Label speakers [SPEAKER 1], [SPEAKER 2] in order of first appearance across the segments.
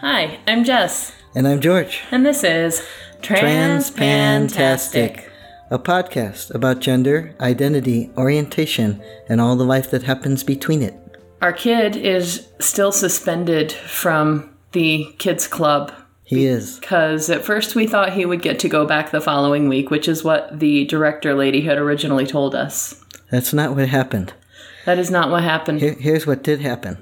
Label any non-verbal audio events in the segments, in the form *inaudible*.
[SPEAKER 1] Hi, I'm Jess,
[SPEAKER 2] And I'm George.
[SPEAKER 1] and this is Transpantastic.
[SPEAKER 2] A podcast about gender, identity, orientation, and all the life that happens between it.
[SPEAKER 1] Our kid is still suspended from the kids' club
[SPEAKER 2] He is.
[SPEAKER 1] because at first we thought he would get to go back the following week, which is what the director lady had originally told us.
[SPEAKER 2] That's not what happened.
[SPEAKER 1] That is not what happened.
[SPEAKER 2] Here, here's what did happen.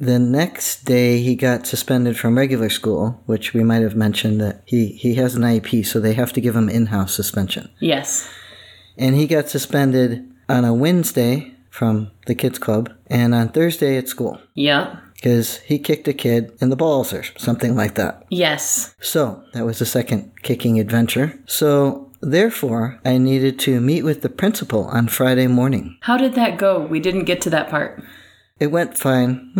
[SPEAKER 2] The next day, he got suspended from regular school, which we might have mentioned that he, he has an IEP, so they have to give him in house suspension.
[SPEAKER 1] Yes.
[SPEAKER 2] And he got suspended on a Wednesday from the kids' club and on Thursday at school
[SPEAKER 1] Yeah.
[SPEAKER 2] because he kicked a kid in the balls or something like that.
[SPEAKER 1] Yes.
[SPEAKER 2] So that was the second kicking adventure. So therefore, I needed to meet with the principal on Friday morning.
[SPEAKER 1] How did that go? We didn't get to that part. *laughs*
[SPEAKER 2] It went fine,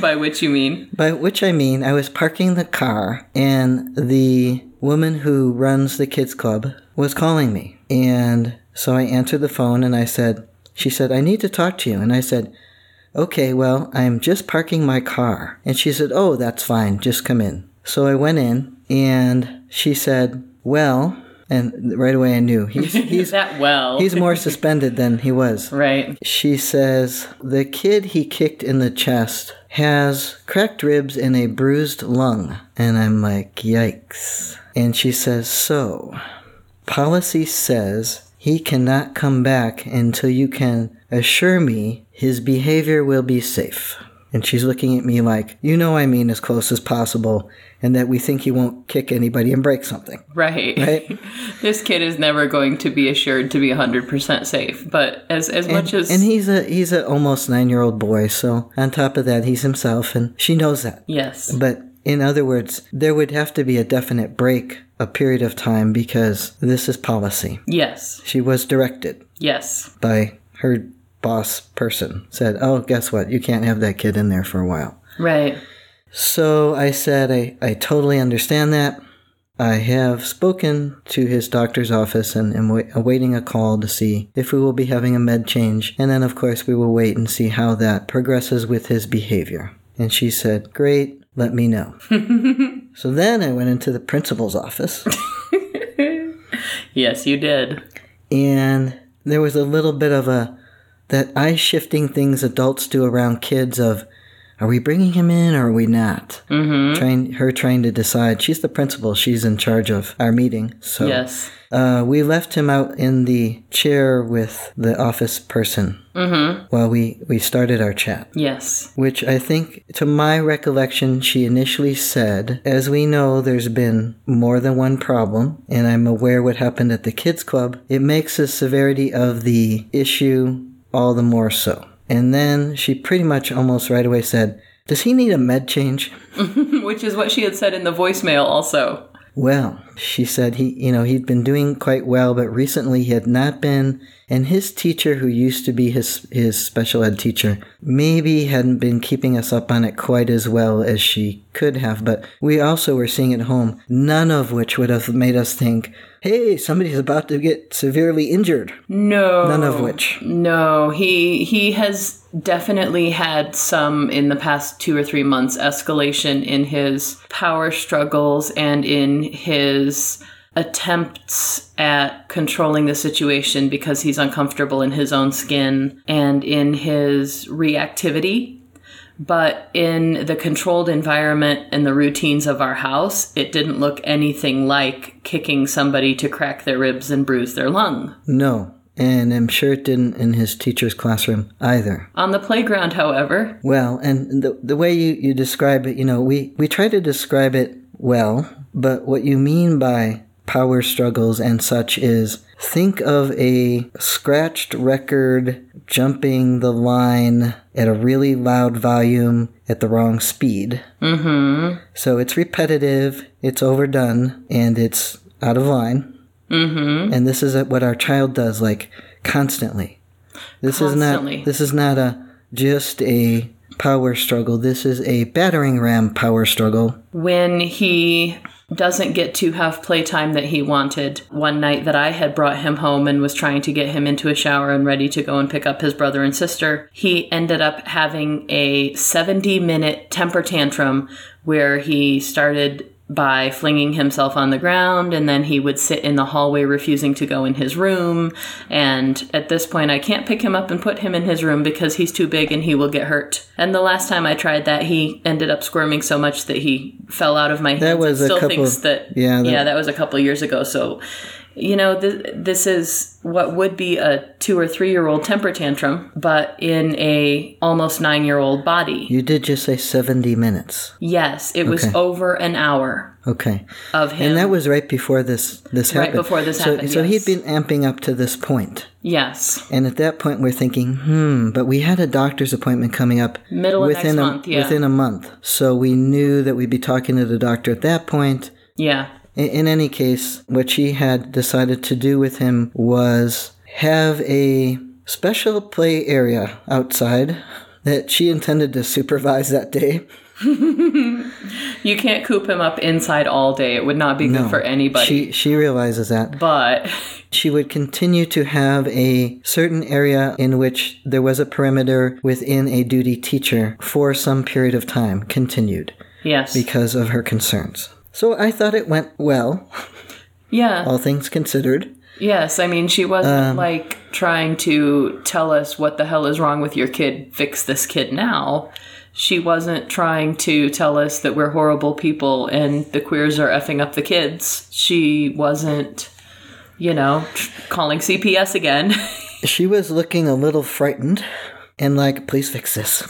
[SPEAKER 1] By which you mean?
[SPEAKER 2] by which I mean I was parking the car and the woman who runs the kids club was calling me. And so I answered the phone and I said, she said, I need to talk to you. And I said, okay, well, I'm just parking my car. And she said, oh, that's fine. Just come in. So I went in and she said, well, and right away I knew he's, *laughs* he's,
[SPEAKER 1] *laughs* that well.
[SPEAKER 2] he's more suspended than he was.
[SPEAKER 1] right.
[SPEAKER 2] She says the kid he kicked in the chest has cracked ribs and a bruised lung. And I'm like, yikes. And she says, so policy says he cannot come back until you can assure me his behavior will be safe. And she's looking at me like, you know, I mean as close as possible, and that we think he won't kick anybody and break something,
[SPEAKER 1] Right.
[SPEAKER 2] right?
[SPEAKER 1] this kid is never going to be assured to be 100% safe but as as much as
[SPEAKER 2] and he's a he's a almost nine year old boy, so on top of that, he's himself, and she knows that.
[SPEAKER 1] yes
[SPEAKER 2] But in other words, there would have to be a definite break, a period of time, because this is policy.
[SPEAKER 1] yes
[SPEAKER 2] She was directed
[SPEAKER 1] yes
[SPEAKER 2] by her boss person, said, Oh, guess what? You can't have that kid in there for a while.
[SPEAKER 1] right
[SPEAKER 2] So I said, I, I totally understand that. I have spoken to his doctor's office and am wai- awaiting a call to see if we will be having a med change. And then, of course, we will wait and see how that progresses with his behavior. And she said, Great, let me know. so then I went into the principal's office,
[SPEAKER 1] yes you did
[SPEAKER 2] and there was a little bit of a that eye shifting things adults do around kids of are we bringing him in or are we not? Mm-hmm. Trying her trying to decide. She's the principal. She's in charge of our meeting. So
[SPEAKER 1] yes
[SPEAKER 2] uh, we left him out in the chair with the office person while we, we started our chat.
[SPEAKER 1] yes *laughs*
[SPEAKER 2] Which I think, to my recollection, she initially said, As we know, there's been more than one problem, and I'm aware what happened at the kids' club. It makes the severity of the issue all the more so. And then she pretty much almost right away said, Does he need a med change?
[SPEAKER 1] which is what she had said in the voicemail also
[SPEAKER 2] Well, she said he, you know, he'd been doing quite well, but recently he had not been, and his teacher, who used to be his his special ed teacher, maybe hadn't been keeping us up on it quite as well as she could have. But we also were seeing at home, none of which would have made us think, "Hey, somebody's about to get severely injured."
[SPEAKER 1] no
[SPEAKER 2] None of which.
[SPEAKER 1] no he he has definitely had some in the past 2 or 3 months escalation in his power struggles and in his attempts at controlling the situation because he's uncomfortable in his own skin and in his reactivity. But in the controlled environment and the routines of our house, it didn't look anything like kicking somebody to crack their ribs and bruise their lung.
[SPEAKER 2] No, and I'm sure it didn't in his teacher's classroom either.
[SPEAKER 1] On the playground, however,
[SPEAKER 2] Well, and the, the way you, you describe it, you know, we, we try to describe it well, but what you mean by power struggles and such is think of a scratched record jumping the line at a really loud volume at the wrong speed. Mm-hmm. So it's repetitive, it's overdone, and it's out of line. Mm-hmm. And this is what our child does, like constantly. This is
[SPEAKER 1] Constantly.
[SPEAKER 2] not. This is not a just a power struggle. This is a battering ram power struggle.
[SPEAKER 1] when he doesn't get to have playtime that he wanted. One night that I had brought him home and was trying to get him into a shower and ready to go and pick up his brother and sister, he ended up having a 70 minute temper tantrum where he started by flinging himself on the ground and then he would sit in the hallway refusing to go in his room and at this point I can't pick him up and put him in his room because he's too big and he will get hurt. And the last time I tried that he ended up squirming so much that he fell out of my hands.
[SPEAKER 2] That was
[SPEAKER 1] and
[SPEAKER 2] a
[SPEAKER 1] still
[SPEAKER 2] couple-
[SPEAKER 1] thinks that
[SPEAKER 2] yeah, that-
[SPEAKER 1] yeah, that was a couple years ago. So you know, th- this is what would be a 2 or 3 year old temper tantrum but in a almost 9 year old body.
[SPEAKER 2] You did just say 70 minutes.
[SPEAKER 1] Yes, it was
[SPEAKER 2] Okay.
[SPEAKER 1] over an hour
[SPEAKER 2] Okay.
[SPEAKER 1] of him.
[SPEAKER 2] And that was right before this this
[SPEAKER 1] Right
[SPEAKER 2] happened.
[SPEAKER 1] before this
[SPEAKER 2] so,
[SPEAKER 1] happened,
[SPEAKER 2] So
[SPEAKER 1] yes.
[SPEAKER 2] he'd been amping up to this point.
[SPEAKER 1] yes.
[SPEAKER 2] And at that point, we're thinking, hmm, but we had a doctor's appointment coming up
[SPEAKER 1] Middle of
[SPEAKER 2] within
[SPEAKER 1] next
[SPEAKER 2] a,
[SPEAKER 1] month, yeah.
[SPEAKER 2] within a month. So we knew that we'd be talking to the doctor at that point.
[SPEAKER 1] Yeah.
[SPEAKER 2] In, in any case, what she had decided to do with him was have a special play area outside that she intended to supervise that day.
[SPEAKER 1] You can't coop him up inside all day. It would not be good for anybody.
[SPEAKER 2] She she realizes that.
[SPEAKER 1] but *laughs*
[SPEAKER 2] She would continue to have a certain area in which there was a perimeter within a duty teacher for some period of time continued
[SPEAKER 1] yes.
[SPEAKER 2] because of her concerns. So I thought it went well,
[SPEAKER 1] yeah.
[SPEAKER 2] all things considered.
[SPEAKER 1] yes. I mean, she wasn't
[SPEAKER 2] Um,
[SPEAKER 1] like trying to tell us what the hell is wrong with your kid, fix this kid now. She wasn't trying to tell us that we're horrible people and the queers are effing up the kids. She wasn't, you know, tr- calling CPS again. *laughs*
[SPEAKER 2] She was looking a little frightened and like, please fix this.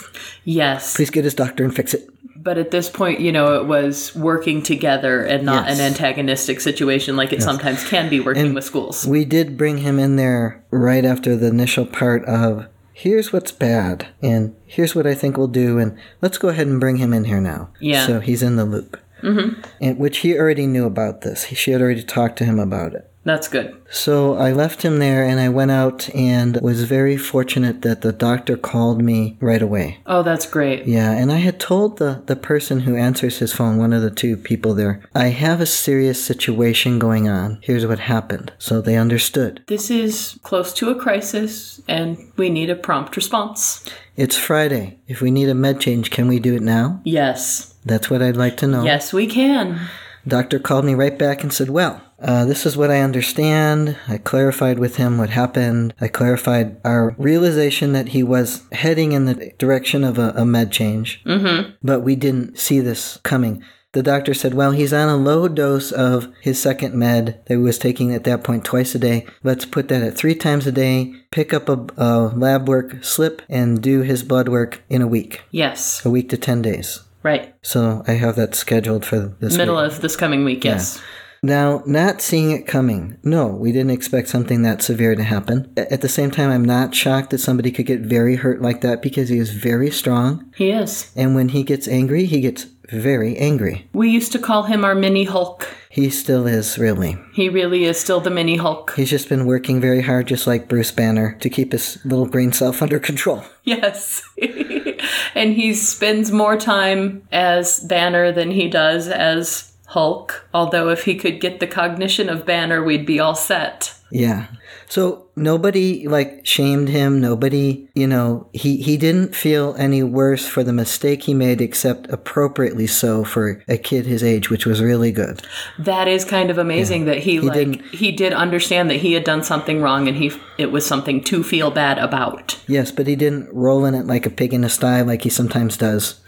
[SPEAKER 1] yes.
[SPEAKER 2] Please get his doctor and fix it.
[SPEAKER 1] But at this point, you know, it was working together and not
[SPEAKER 2] Yes.
[SPEAKER 1] an antagonistic situation like it sometimes can be working with schools.
[SPEAKER 2] We did bring him in there right after the initial part of here's what's bad and here's what I think we'll do and let's go ahead and bring him in here now.
[SPEAKER 1] Yeah.
[SPEAKER 2] So he's in the loop. Mm-hmm. And which he already knew about this. He- She had already talked to him about it.
[SPEAKER 1] That's good.
[SPEAKER 2] So I left him there and I went out and was very fortunate that the doctor called me right away.
[SPEAKER 1] Oh, that's great.
[SPEAKER 2] Yeah, and I had told the, the person who answers his phone, one of the two people there, I have a serious situation going on. Here's what happened. So they understood.
[SPEAKER 1] This is close to a crisis and we need a prompt response.
[SPEAKER 2] It's Friday. If we need a med change, can we do it now?
[SPEAKER 1] Yes.
[SPEAKER 2] That's what I'd like to know.
[SPEAKER 1] Yes, we can.
[SPEAKER 2] Doctor called me right back and said, Well, uh, this is what I understand. I clarified with him what happened. I clarified our realization that he was heading in the direction of a, a med change, mm-hmm. but we didn't see this coming. The doctor said, Well, he's on a low dose of his second med that he was taking at that point twice a day. Let's put that at three times a day, pick up a, a lab work slip, and do his blood work in a week,
[SPEAKER 1] Yes.
[SPEAKER 2] a week to 10 days.
[SPEAKER 1] Right.
[SPEAKER 2] So I have that scheduled for this week.
[SPEAKER 1] Middle of this coming week, yes.
[SPEAKER 2] Now, not seeing it coming. No, we didn't expect something that severe to happen. A- At the same time, I'm not shocked that somebody could get very hurt like that because he is very strong.
[SPEAKER 1] He is.
[SPEAKER 2] And when he gets angry, he gets very angry.
[SPEAKER 1] We used to call him our mini Hulk.
[SPEAKER 2] He still is, really.
[SPEAKER 1] He really is still the mini Hulk.
[SPEAKER 2] He's just been working very hard, just like Bruce Banner, to keep his little green self *laughs* under control.
[SPEAKER 1] Yes. *laughs* and he spends more time as Banner than he does as Hulk. Although, if he could get the cognition of Banner, we'd be all set.
[SPEAKER 2] Yeah. So nobody like shamed him. Nobody, you know, he, he didn't feel any worse for the mistake he made, except appropriately so for a kid his age, which was really good.
[SPEAKER 1] That is kind of amazing that he, like
[SPEAKER 2] didn't-
[SPEAKER 1] he did understand that he had done something wrong and he it was something to feel bad about.
[SPEAKER 2] Yes, but he didn't roll in it like a pig in a sty like he sometimes does.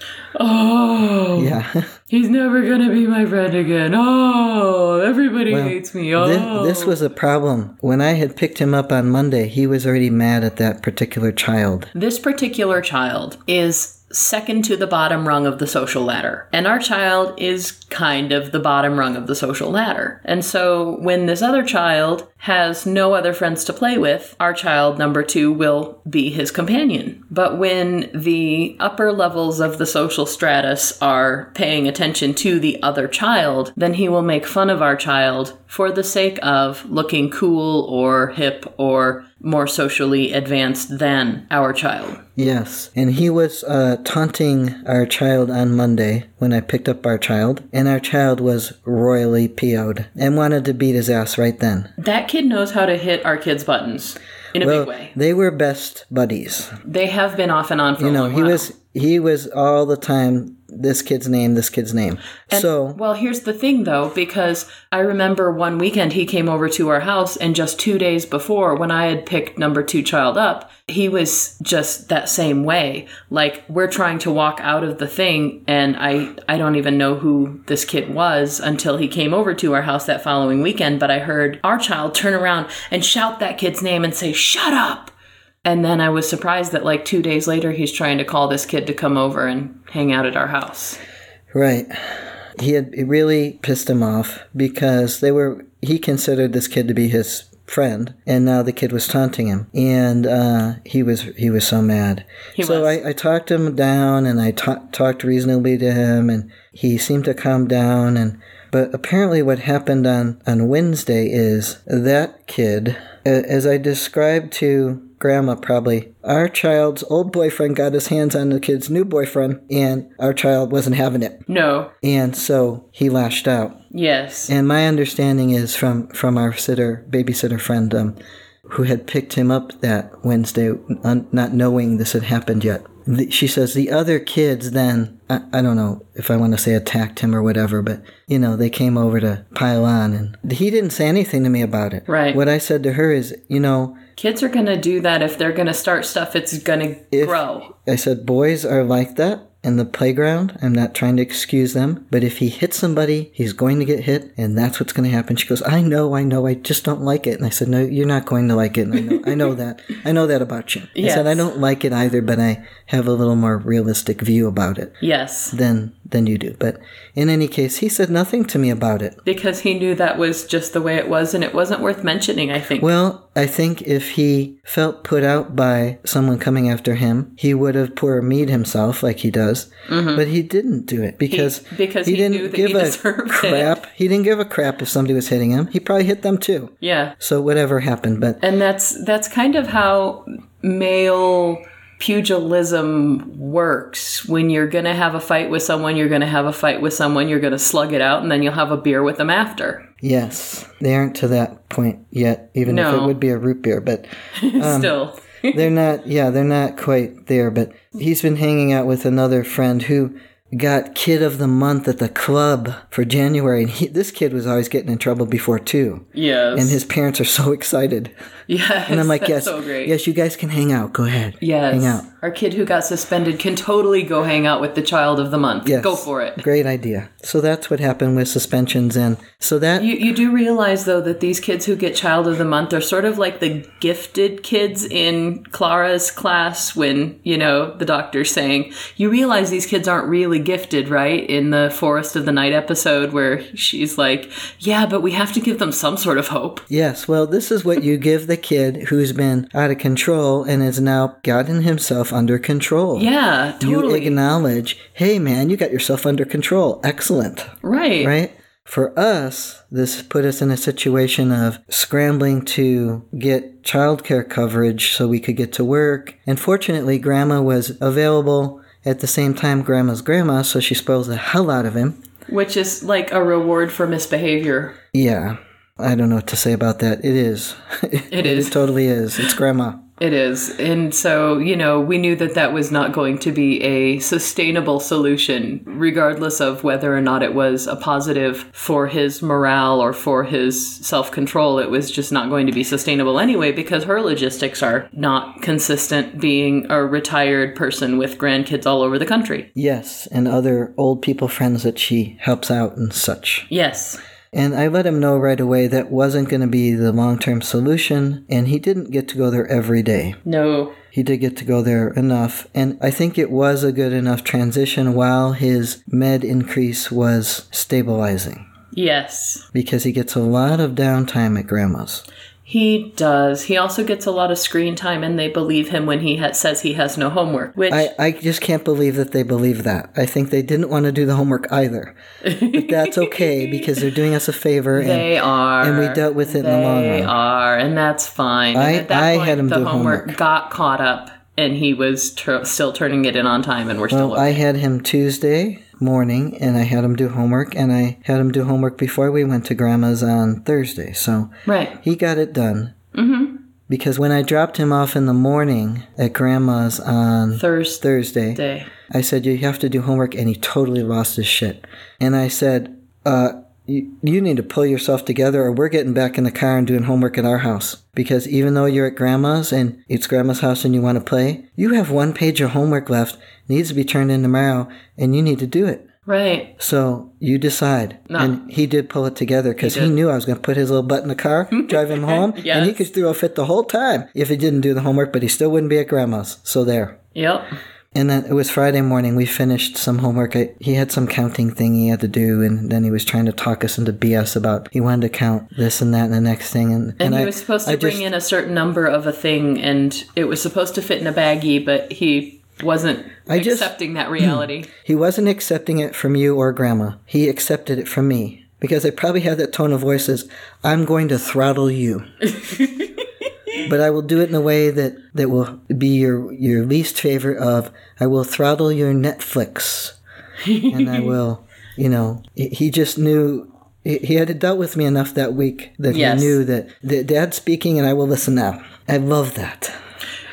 [SPEAKER 1] Oh,
[SPEAKER 2] Yeah. *laughs*
[SPEAKER 1] he's never gonna be my friend again. Oh, everybody hates me. Oh,
[SPEAKER 2] Thi- This, was a problem. When I had picked him up on Monday, he was already mad at that particular child.
[SPEAKER 1] This particular child is second to the bottom rung of the social ladder, and our child is kind of the bottom rung of the social ladder. And so when this other child has no other friends to play with, our child number two will be his companion. But when the upper levels of the social stratus are paying attention to the other child, then he will make fun of our child for the sake of looking cool or hip or more socially advanced than our child.
[SPEAKER 2] Yes. And he was uh, taunting our child on Monday when I picked up our child, and our child was royally PO'd and wanted to beat his ass right then.
[SPEAKER 1] That kid knows how to hit our kids' buttons in a
[SPEAKER 2] well,
[SPEAKER 1] big way.
[SPEAKER 2] they were best buddies.
[SPEAKER 1] They have been off and on for
[SPEAKER 2] You
[SPEAKER 1] a
[SPEAKER 2] know,
[SPEAKER 1] long
[SPEAKER 2] he
[SPEAKER 1] while.
[SPEAKER 2] was he was all the time this kid's name, this kid's name. so
[SPEAKER 1] Well, here's the thing though, because I remember one weekend he came over to our house, and just two days before, when I had picked number two child up, he was just that same way. Like we're trying to walk out of the thing, and I I don't even know who this kid was until he came over to our house that following weekend. But I heard our child turn around and shout that kid's name and say, "Shut up." And then I was surprised that, like, two days later, he's trying to call this kid to come over and hang out at our house.
[SPEAKER 2] Right. He had it really pissed him off because they were he considered this kid to be his friend and now the kid was taunting him and uh, he was he was so mad
[SPEAKER 1] He
[SPEAKER 2] so
[SPEAKER 1] was.
[SPEAKER 2] I, I talked him down and i ta- talked reasonably to him and he seemed to calm down and but apparently what happened on on wednesday is that kid a- as i described to grandma probably our child's old boyfriend got his hands on the kid's new boyfriend and our child wasn't having it
[SPEAKER 1] No,
[SPEAKER 2] and so he lashed out.
[SPEAKER 1] Yes.
[SPEAKER 2] And my understanding is from from our sitter babysitter friend um, who had picked him up that Wednesday, un- not knowing this had happened yet. The, she says the other kids then I, I don't know if I want to say attacked him or whatever, but you know they came over to pile on and he didn't say anything to me about it.
[SPEAKER 1] Right.
[SPEAKER 2] What I said to her is, you know,
[SPEAKER 1] Kids are going to do that if they're going to start stuff, it's going to
[SPEAKER 2] If-
[SPEAKER 1] grow.
[SPEAKER 2] I said, boys are like that in the playground. I'm not trying to excuse them, but if he hits somebody, he's going to get hit, and that's what's going to happen. She goes, I know, I know, I just don't like it. And I said, No, you're not going to like it. And I know,
[SPEAKER 1] *laughs*
[SPEAKER 2] I know that. I know that about you. I said, I
[SPEAKER 1] Yes.
[SPEAKER 2] don't like it either, but I have a little more realistic view about it
[SPEAKER 1] Yes.
[SPEAKER 2] than than you do. But in any case, he said nothing to me about it.
[SPEAKER 1] Because he knew that was just the way it was and it wasn't worth mentioning, I think.
[SPEAKER 2] Well, I think if he felt put out by someone coming after him, he would have poor mead himself like he does. But he didn't do it because
[SPEAKER 1] Mm-hmm. because he
[SPEAKER 2] didn't
[SPEAKER 1] knew that
[SPEAKER 2] give
[SPEAKER 1] he
[SPEAKER 2] a
[SPEAKER 1] deserved it.
[SPEAKER 2] crap. He didn't give a crap if somebody was hitting him. He probably hit them too.
[SPEAKER 1] yeah.
[SPEAKER 2] So whatever happened, but
[SPEAKER 1] And that's that's kind of how male pugilism works. When you're going to have a fight with someone, you're going to have a fight with someone, you're going to slug it out and then you'll have a beer with them after. *laughs*
[SPEAKER 2] yes, they aren't to that point yet. Even if it
[SPEAKER 1] No.
[SPEAKER 2] would be a root beer, but Um,
[SPEAKER 1] Still.
[SPEAKER 2] they're not yeah they're not quite there but he's been hanging out with another friend who got kid of the month at the club for january and he, this kid was always getting in trouble before too
[SPEAKER 1] Yes.
[SPEAKER 2] and his parents are so *laughs* excited
[SPEAKER 1] *laughs* yes.
[SPEAKER 2] and i'm like
[SPEAKER 1] that's
[SPEAKER 2] yes
[SPEAKER 1] so great.
[SPEAKER 2] yes you guys can hang out go ahead
[SPEAKER 1] Yes.
[SPEAKER 2] hang out
[SPEAKER 1] Our kid who got suspended can totally go hang out with the child of the month.
[SPEAKER 2] yes
[SPEAKER 1] Go for it.
[SPEAKER 2] great idea so that's what happened with suspensions and so that
[SPEAKER 1] You, you do realize, though, that these kids who get Child of the Month are sort of like the gifted kids in Clara's class when, you know, the doctor's saying, You realize these kids aren't really gifted, right? In the Forest of the Night episode where she's like, Yeah, but we have to give them some sort of hope.
[SPEAKER 2] Yes, well, this is what you give the kid who's been out of control and has now gotten himself under control.
[SPEAKER 1] Yeah, totally.
[SPEAKER 2] You acknowledge, hey man, you got yourself under control. Excellent.
[SPEAKER 1] right.
[SPEAKER 2] Right? For us, this put us in a situation of scrambling to get childcare coverage so we could get to work. And fortunately, grandma was available at the same time grandma's grandma, so she spoils the hell out of him.
[SPEAKER 1] Which is like a reward for misbehavior.
[SPEAKER 2] Yeah. I don't know what to say about that. It is. *laughs*
[SPEAKER 1] It is.
[SPEAKER 2] It totally is. It's grandma.
[SPEAKER 1] It is. And so, you know, we knew that that was not going to be a sustainable solution, regardless of whether or not it was a positive for his morale or for his self control. It was just not going to be sustainable anyway because her logistics are not consistent being a retired person with grandkids all over the country.
[SPEAKER 2] Yes, and other old people friends that she helps out and such.
[SPEAKER 1] Yes.
[SPEAKER 2] And I let him know right away that wasn't going to be the long term solution, and he didn't get to go there every day.
[SPEAKER 1] No.
[SPEAKER 2] He did get to go there enough, and I think it was a good enough transition while his med increase was stabilizing
[SPEAKER 1] Yes.
[SPEAKER 2] because he gets a lot of downtime at grandma's.
[SPEAKER 1] He does. He also gets a lot of screen time, and they believe him when he ha- says he has no homework. Which
[SPEAKER 2] I, I just can't believe that they believe that. I think they didn't want to do the homework either. But
[SPEAKER 1] *laughs*
[SPEAKER 2] that's okay because they're doing us a favor. And
[SPEAKER 1] they are,
[SPEAKER 2] and we dealt with it in the long
[SPEAKER 1] They
[SPEAKER 2] run.
[SPEAKER 1] are, and that's fine. And
[SPEAKER 2] I-
[SPEAKER 1] at that
[SPEAKER 2] I
[SPEAKER 1] point,
[SPEAKER 2] had him
[SPEAKER 1] the
[SPEAKER 2] do
[SPEAKER 1] homework,
[SPEAKER 2] homework.
[SPEAKER 1] got caught up, and he was tur still turning it in on time, and we're still.
[SPEAKER 2] Well, I had him Tuesday morning and I had him do homework and I had him do homework before we went to grandma's on Thursday. So
[SPEAKER 1] right.
[SPEAKER 2] he got it done. Mm-hmm. Because when I dropped him off in the morning at grandma's on
[SPEAKER 1] Thursday.
[SPEAKER 2] Thursday, I said, You have to do homework. And he totally lost his shit. And I said, uh, you, you need to pull yourself together, or we're getting back in the car and doing homework at our house. Because even though you're at grandma's and it's grandma's house and you want to play, you have one page of homework left, needs to be turned in tomorrow, and you need to do it.
[SPEAKER 1] Right.
[SPEAKER 2] So you decide. And he did pull it together because he, knew I was going to put his little butt in the *laughs* car, drive him home, and he
[SPEAKER 1] Yes.
[SPEAKER 2] could throw a fit the whole time if he didn't do the homework, but he still wouldn't be at grandma's. So there.
[SPEAKER 1] Yep.
[SPEAKER 2] And then it was Friday morning. We finished some homework. I, he had some counting thing he had to do, and then he was trying to talk us into BS about he wanted to count this and that and the next thing. And,
[SPEAKER 1] And, he
[SPEAKER 2] I-
[SPEAKER 1] was supposed to
[SPEAKER 2] I
[SPEAKER 1] bring
[SPEAKER 2] just-
[SPEAKER 1] in a certain number of a thing, and it was supposed to fit in a baggie, but he wasn't
[SPEAKER 2] just-
[SPEAKER 1] accepting that
[SPEAKER 2] *clears throat*
[SPEAKER 1] reality.
[SPEAKER 2] He wasn't accepting it from you or grandma. He accepted it from me because I probably had that tone of voice as I'm going to throttle you. but I will do it in a way that, that will be your, your least favorite of I will throttle your Netflix. and I will, you know, he- he just knew. He he had dealt with me enough that week that
[SPEAKER 1] Yes.
[SPEAKER 2] he knew that, that dad's speaking and I will listen now. I love that.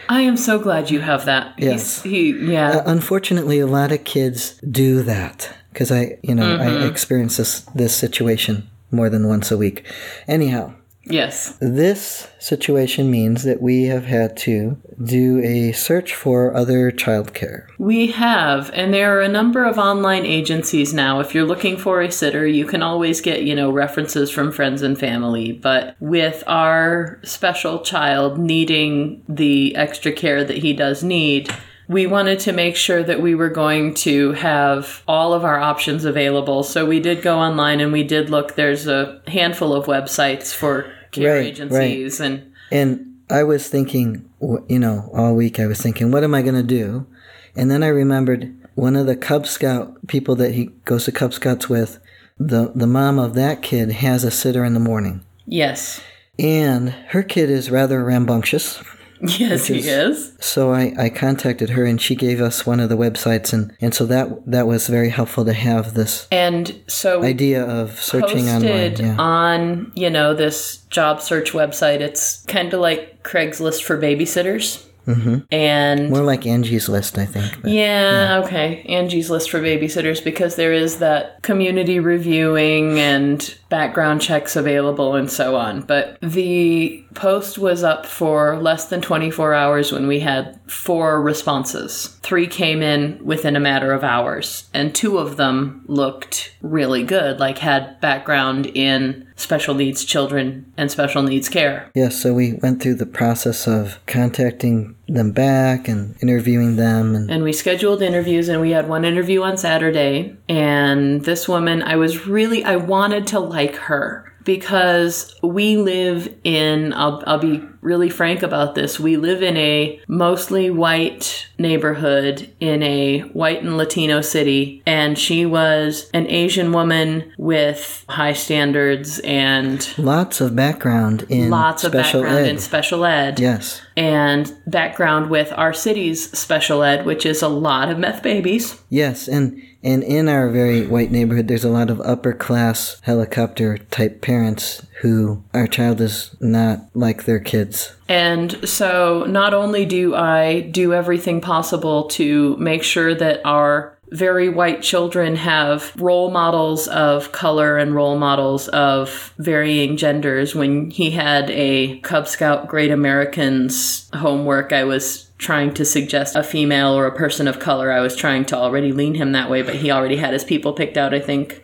[SPEAKER 1] I am so glad you have that.
[SPEAKER 2] Yes.
[SPEAKER 1] He's, he, yeah.
[SPEAKER 2] Uh, Unfortunately, a lot of kids do that because I, you know, I experience this this situation more than once a week. Anyhow,
[SPEAKER 1] yes.
[SPEAKER 2] this situation means that we have had to do a search for other childcare.
[SPEAKER 1] We have, and there are a number of online agencies now. If you're looking for a sitter, you can always get, you know, references from friends and family. But with our special child needing the extra care that he does need, we wanted to make sure that we were going to have all of our options available. So we did go online and we did look. There's a handful of websites for care
[SPEAKER 2] Right, right.
[SPEAKER 1] agencies and
[SPEAKER 2] And I was thinking, wh- you know, all week I was thinking, what am I going to do? And then I remembered one of the Cub Scout people that he goes to Cub Scouts with, the, the mom of that kid has a sitter in the morning.
[SPEAKER 1] yes. *laughs*
[SPEAKER 2] And her kid is rather rambunctious.
[SPEAKER 1] Yes, he is.
[SPEAKER 2] So I, I contacted her and she gave us one of the websites. And, and so that, that was very helpful to have this
[SPEAKER 1] And so
[SPEAKER 2] idea of searching online.
[SPEAKER 1] posted
[SPEAKER 2] Yeah.
[SPEAKER 1] on you know this job search website it's kind of like craigslist for babysitters mm-hmm. and
[SPEAKER 2] More like Angie's List, I think. But
[SPEAKER 1] yeah, okay angie's list for babysitters because there is that community reviewing and background checks available and so on but the post was up for less than 24 hours when we had four responses three came in within a matter of hours and two of them looked really good like had background in special needs children and special needs care
[SPEAKER 2] yeah, so we went through the process of contacting them back and interviewing them and
[SPEAKER 1] and we scheduled interviews and we had one interview on Saturday and this woman I was really I wanted to like her because we live in I'll, I'll be really frank about this we live in a mostly white neighborhood in a white and latino city and she was an asian woman with high standards and
[SPEAKER 2] lots of background in
[SPEAKER 1] lots of
[SPEAKER 2] special
[SPEAKER 1] background
[SPEAKER 2] ed.
[SPEAKER 1] in special ed
[SPEAKER 2] yes,
[SPEAKER 1] and background with our city's special ed which is a lot of meth babies
[SPEAKER 2] yes, and and in our very white neighborhood, there's a lot of upper class helicopter type parents who our child is not like their kids.
[SPEAKER 1] And so not only do I do everything possible to make sure that our very white children have role models of color and role models of varying genders. When he had a Cub Scout Great Americans homework, I was trying to suggest a female or a person of color. I was trying to already lean him that way, but he already had his people picked out, I think.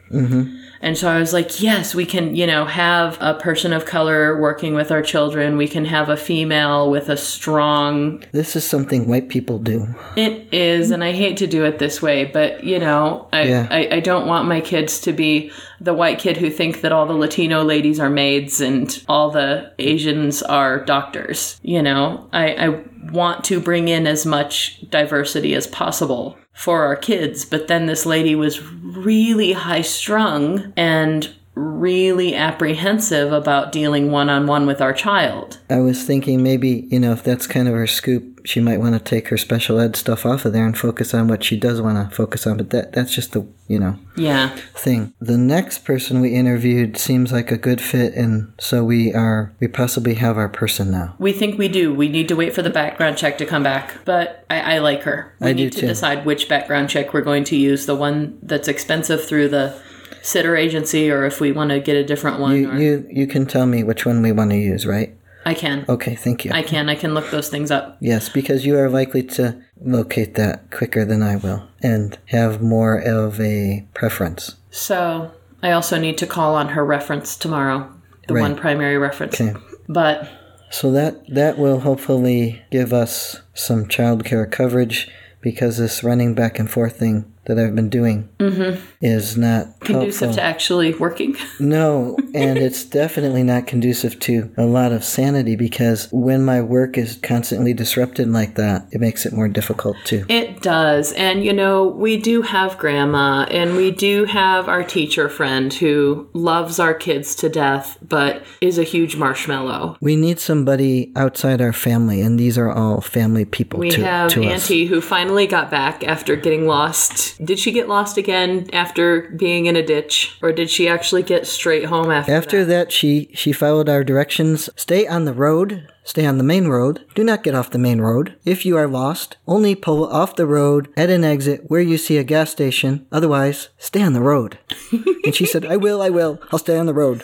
[SPEAKER 1] And so I was like, yes, we can, you know, have a person of color working with our children. We can have a female with a strong.
[SPEAKER 2] This is something white people do.
[SPEAKER 1] It is, and I hate to do it this way, but, you know, I,
[SPEAKER 2] Yeah.
[SPEAKER 1] I, I don't want my kids to be the white kid who think that all the Latino ladies are maids and all the Asians are doctors. You know, I, I want to bring in as much diversity as possible for our kids. But then this lady was really high strung and really apprehensive about dealing one on one with our child.
[SPEAKER 2] I was thinking maybe, you know, if that's kind of her scoop, she might want to take her special ed stuff off of there and focus on what she does want to focus on. But that that's just the, you know,
[SPEAKER 1] Yeah.
[SPEAKER 2] thing. The next person we interviewed seems like a good fit, and so we are we possibly have our person now.
[SPEAKER 1] We think we do. We need to wait for the background check to come back. But I, I like her. We
[SPEAKER 2] I do
[SPEAKER 1] need to
[SPEAKER 2] too.
[SPEAKER 1] decide which background check we're going to use, the one that's expensive through the sitter agency or if we want to get a different one.
[SPEAKER 2] You
[SPEAKER 1] or,
[SPEAKER 2] you, you can tell me which one we want to use, right?
[SPEAKER 1] I can.
[SPEAKER 2] Okay, thank you.
[SPEAKER 1] I can. I can look those things up.
[SPEAKER 2] yes, because you are likely to locate that quicker than I will and have more of a preference.
[SPEAKER 1] So I also need to call on her reference tomorrow, the
[SPEAKER 2] Right.
[SPEAKER 1] one primary reference.
[SPEAKER 2] Okay.
[SPEAKER 1] But
[SPEAKER 2] So that that will hopefully give us some child care coverage because this running back and forth thing that I've been doing is not
[SPEAKER 1] Mm-hmm. conducive
[SPEAKER 2] helpful.
[SPEAKER 1] to actually working. *laughs*
[SPEAKER 2] No, and it's definitely not conducive to a lot of sanity because when my work is constantly disrupted like that, it makes it more difficult too.
[SPEAKER 1] It does. And, you know, we do have grandma and we do have our teacher friend who loves our kids to death, but is a huge marshmallow.
[SPEAKER 2] We need somebody outside our family, and these are all family people
[SPEAKER 1] We
[SPEAKER 2] to,
[SPEAKER 1] have
[SPEAKER 2] to us.
[SPEAKER 1] Auntie who finally got back after getting lost. Did she get lost again after being in a ditch? Or did she actually get straight home after?
[SPEAKER 2] After that, she she followed our directions. Stay on the road. Stay on the main road. Do not get off the main road. If you are lost, only pull off the road at an exit where you see a gas station. Otherwise, stay on
[SPEAKER 1] *laughs*
[SPEAKER 2] the road. and she said, "I will. I will. I'll stay on the road,"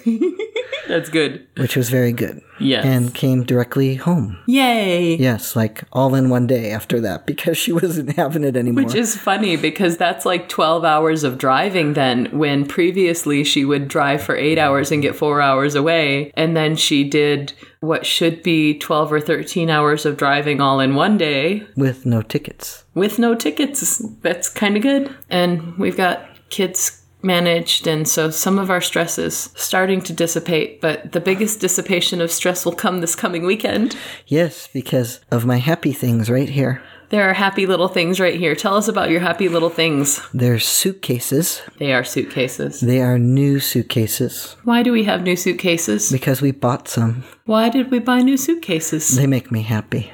[SPEAKER 1] That's good.
[SPEAKER 2] which was very good.
[SPEAKER 1] Yes.
[SPEAKER 2] and came directly home.
[SPEAKER 1] Yay.
[SPEAKER 2] Yes, like all in one day after that *laughs* because she wasn't having it anymore.
[SPEAKER 1] Which is funny because that's like 12 hours of driving then, when previously she would drive for eight hours and get four hours away. And then she did what should be 12 or 13 hours of driving all in one day
[SPEAKER 2] With no tickets.
[SPEAKER 1] with no tickets. That's kind of good. And we've got kids managed. And so some of our stress is starting to dissipate. But the biggest dissipation of stress will come this coming weekend.
[SPEAKER 2] Yes, because of my happy things right here.
[SPEAKER 1] There are happy little things right here. Tell us about your happy little things.
[SPEAKER 2] They're suitcases.
[SPEAKER 1] They are suitcases.
[SPEAKER 2] They are new suitcases
[SPEAKER 1] Why do we have new suitcases?
[SPEAKER 2] because we bought some.
[SPEAKER 1] Why did we buy new suitcases?
[SPEAKER 2] They make me happy.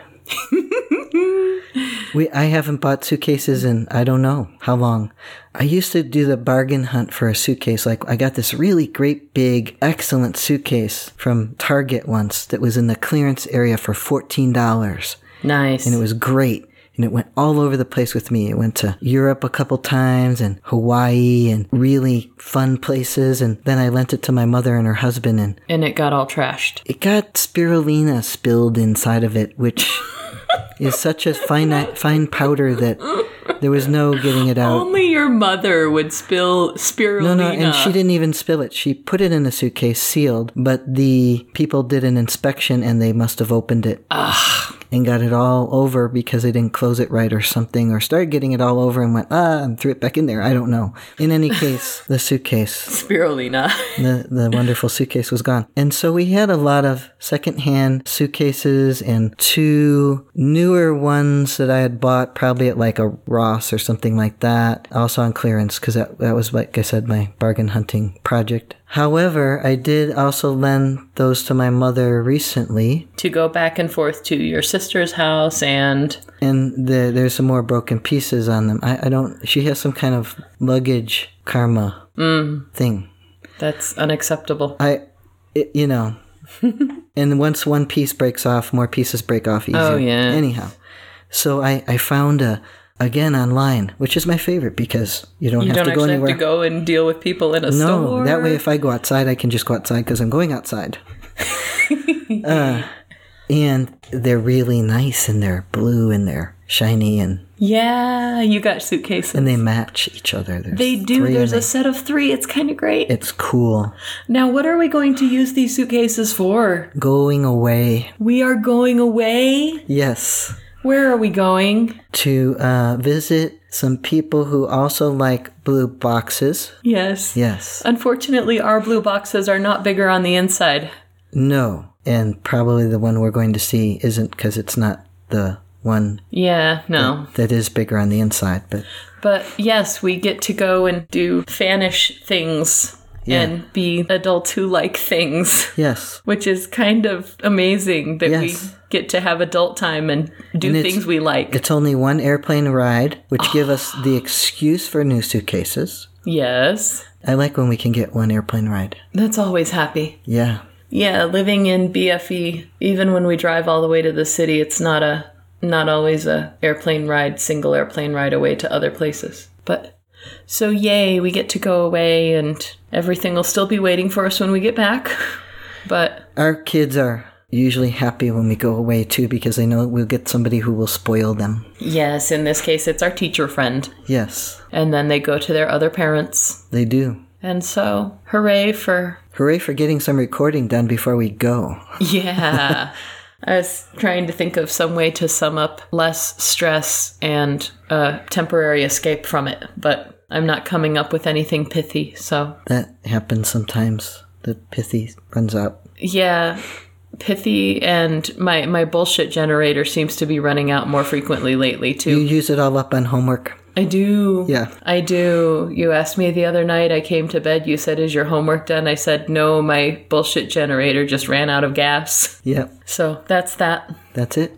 [SPEAKER 2] we I haven't bought suitcases in I don't know how long. I used to do the bargain hunt for a suitcase. Like I got this really great big excellent suitcase from Target once that was in the clearance area for $14.
[SPEAKER 1] Nice.
[SPEAKER 2] It was great. And it went all over the place with me. It went to Europe a couple times and Hawaii and really fun places. And then I lent it to my mother and her husband and
[SPEAKER 1] and it got all trashed.
[SPEAKER 2] it got spirulina spilled inside of it, which is such a fine fine powder that there was no getting it out.
[SPEAKER 1] Only your mother would spill spirulina.
[SPEAKER 2] no, no, and she didn't even spill it. She put it in a suitcase sealed, but the people did an inspection and they must have opened it. And got it all over because they didn't close it right or something, or started getting it all over and went, ah, and threw it back in there. I don't know. In any case, the suitcase
[SPEAKER 1] spirulina. *laughs*
[SPEAKER 2] the, the wonderful suitcase was gone. And so we had a lot of secondhand suitcases and two newer ones that I had bought probably at like a Ross or something like that, also on clearance because that, that was, like I said, my bargain hunting project. However, I did also lend those to my mother recently,
[SPEAKER 1] to go back and forth to your sister's house and
[SPEAKER 2] and the, there's some more broken pieces on them. I, I don't, she has some kind of luggage karma thing.
[SPEAKER 1] that's unacceptable.
[SPEAKER 2] I, it, you know,
[SPEAKER 1] *laughs*
[SPEAKER 2] and once one piece breaks off, more pieces break off easier.
[SPEAKER 1] Oh, yeah.
[SPEAKER 2] Anyhow, so I I found a again online, which is my favorite because you don't
[SPEAKER 1] You
[SPEAKER 2] have
[SPEAKER 1] don't
[SPEAKER 2] to go
[SPEAKER 1] actually
[SPEAKER 2] anywhere.
[SPEAKER 1] have to go and deal with people in a
[SPEAKER 2] no,
[SPEAKER 1] store. *laughs*
[SPEAKER 2] that way if I go outside, I can just go outside because I'm going outside. Uh, And they're really nice and they're blue and they're shiny and,
[SPEAKER 1] Yeah, you got suitcases.
[SPEAKER 2] and they match each other. There's
[SPEAKER 1] they do.
[SPEAKER 2] three
[SPEAKER 1] There's
[SPEAKER 2] and
[SPEAKER 1] a set of three. It's kind of great.
[SPEAKER 2] they- it's cool.
[SPEAKER 1] now, what are we going to use these suitcases for?
[SPEAKER 2] Going away.
[SPEAKER 1] We are going away.
[SPEAKER 2] Yes.
[SPEAKER 1] Where are we going?
[SPEAKER 2] To uh, visit some people who also like blue boxes.
[SPEAKER 1] Yes.
[SPEAKER 2] Yes.
[SPEAKER 1] Unfortunately, our blue boxes are not bigger on the inside.
[SPEAKER 2] No. And probably the one we're going to see isn't because it's not the one
[SPEAKER 1] Yeah, no.
[SPEAKER 2] that is bigger on the inside, but
[SPEAKER 1] But yes, we get to go and do fanish things and be adults who like things, *laughs*
[SPEAKER 2] yes.
[SPEAKER 1] which is kind of amazing that
[SPEAKER 2] Yes.
[SPEAKER 1] we get to have adult time and do
[SPEAKER 2] it's-
[SPEAKER 1] things we like.
[SPEAKER 2] It's only one airplane ride, which give us the excuse for new suitcases.
[SPEAKER 1] Yes.
[SPEAKER 2] I like when we can get one airplane ride.
[SPEAKER 1] That's always happy.
[SPEAKER 2] Yeah.
[SPEAKER 1] Yeah, living in BFE, even when we drive all the way to the city, it's not a not always a airplane ride, single airplane ride away to other places. But so yay, we get to go away and everything will still be waiting for us when we get back. *laughs* But
[SPEAKER 2] Our kids are usually happy when we go away too because they know we'll get somebody who will spoil them.
[SPEAKER 1] Yes, in this case, it's our teacher friend.
[SPEAKER 2] Yes,
[SPEAKER 1] And then they go to their other parents.
[SPEAKER 2] they do.
[SPEAKER 1] And so, hooray for.
[SPEAKER 2] Hooray for getting some recording done before we go.
[SPEAKER 1] Yeah. *laughs* I was trying to think of some way to sum up less stress and a temporary escape from it, but I'm not coming up with anything pithy. So,
[SPEAKER 2] That happens sometimes. The pithy runs out.
[SPEAKER 1] yeah, pithy and my, my bullshit generator seems to be running out more frequently lately,
[SPEAKER 2] You
[SPEAKER 1] too.
[SPEAKER 2] use it all up on homework.
[SPEAKER 1] I do.
[SPEAKER 2] Yeah.
[SPEAKER 1] I do. You asked me the other night. I came to bed. You said, Is your homework done? I said, No, my bullshit generator just ran out of gas. *laughs*
[SPEAKER 2] Yep.
[SPEAKER 1] So that's that.
[SPEAKER 2] That's it.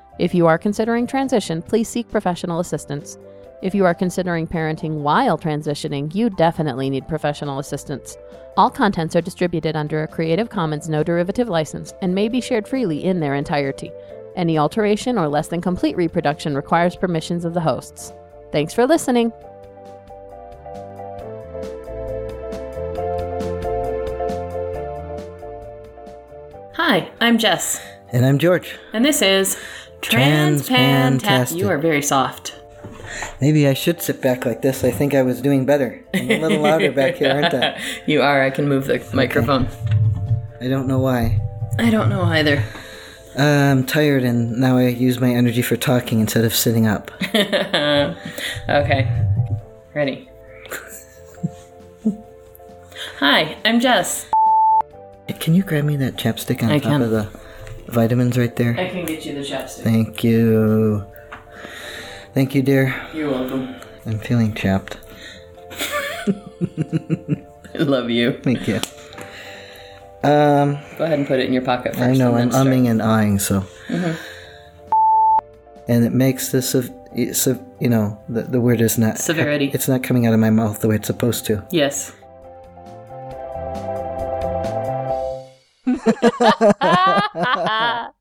[SPEAKER 3] If you are considering transition, please seek professional assistance. If you are considering parenting while transitioning, you definitely need professional assistance. All contents are distributed under a Creative Commons no derivative license and may be shared freely in their entirety. Any alteration or less than complete reproduction requires permissions of the hosts. Thanks for listening.
[SPEAKER 1] Hi, I'm Jess.
[SPEAKER 2] And I'm George.
[SPEAKER 1] And this is
[SPEAKER 2] Transpantastic.
[SPEAKER 1] You are very soft.
[SPEAKER 2] Maybe I should sit back like this. I think I was doing better. I'm a little louder back here, aren't I?
[SPEAKER 1] *laughs* You are. I can move the microphone.
[SPEAKER 2] I don't know why.
[SPEAKER 1] I don't know either.
[SPEAKER 2] Uh, I'm tired, and now I use my energy for talking instead of sitting up.
[SPEAKER 1] Okay. Ready. Hi, I'm Jess.
[SPEAKER 2] Can you grab me that chapstick on
[SPEAKER 1] I
[SPEAKER 2] top
[SPEAKER 1] can.
[SPEAKER 2] of the vitamins right there?
[SPEAKER 1] I can get you the chapstick.
[SPEAKER 2] Thank you. Thank you, dear.
[SPEAKER 1] You're welcome.
[SPEAKER 2] I'm feeling chapped.
[SPEAKER 1] I love you.
[SPEAKER 2] Thank you. Um,
[SPEAKER 1] Go ahead and put it in your pocket first.
[SPEAKER 2] I know I'm
[SPEAKER 1] and then
[SPEAKER 2] umming and ahhing, so.
[SPEAKER 1] Mm-hmm.
[SPEAKER 2] And it makes this of. So, you know, the, the word is not.
[SPEAKER 1] Severity.
[SPEAKER 2] It's not coming out of my mouth the way it's supposed to.
[SPEAKER 1] start. Yes.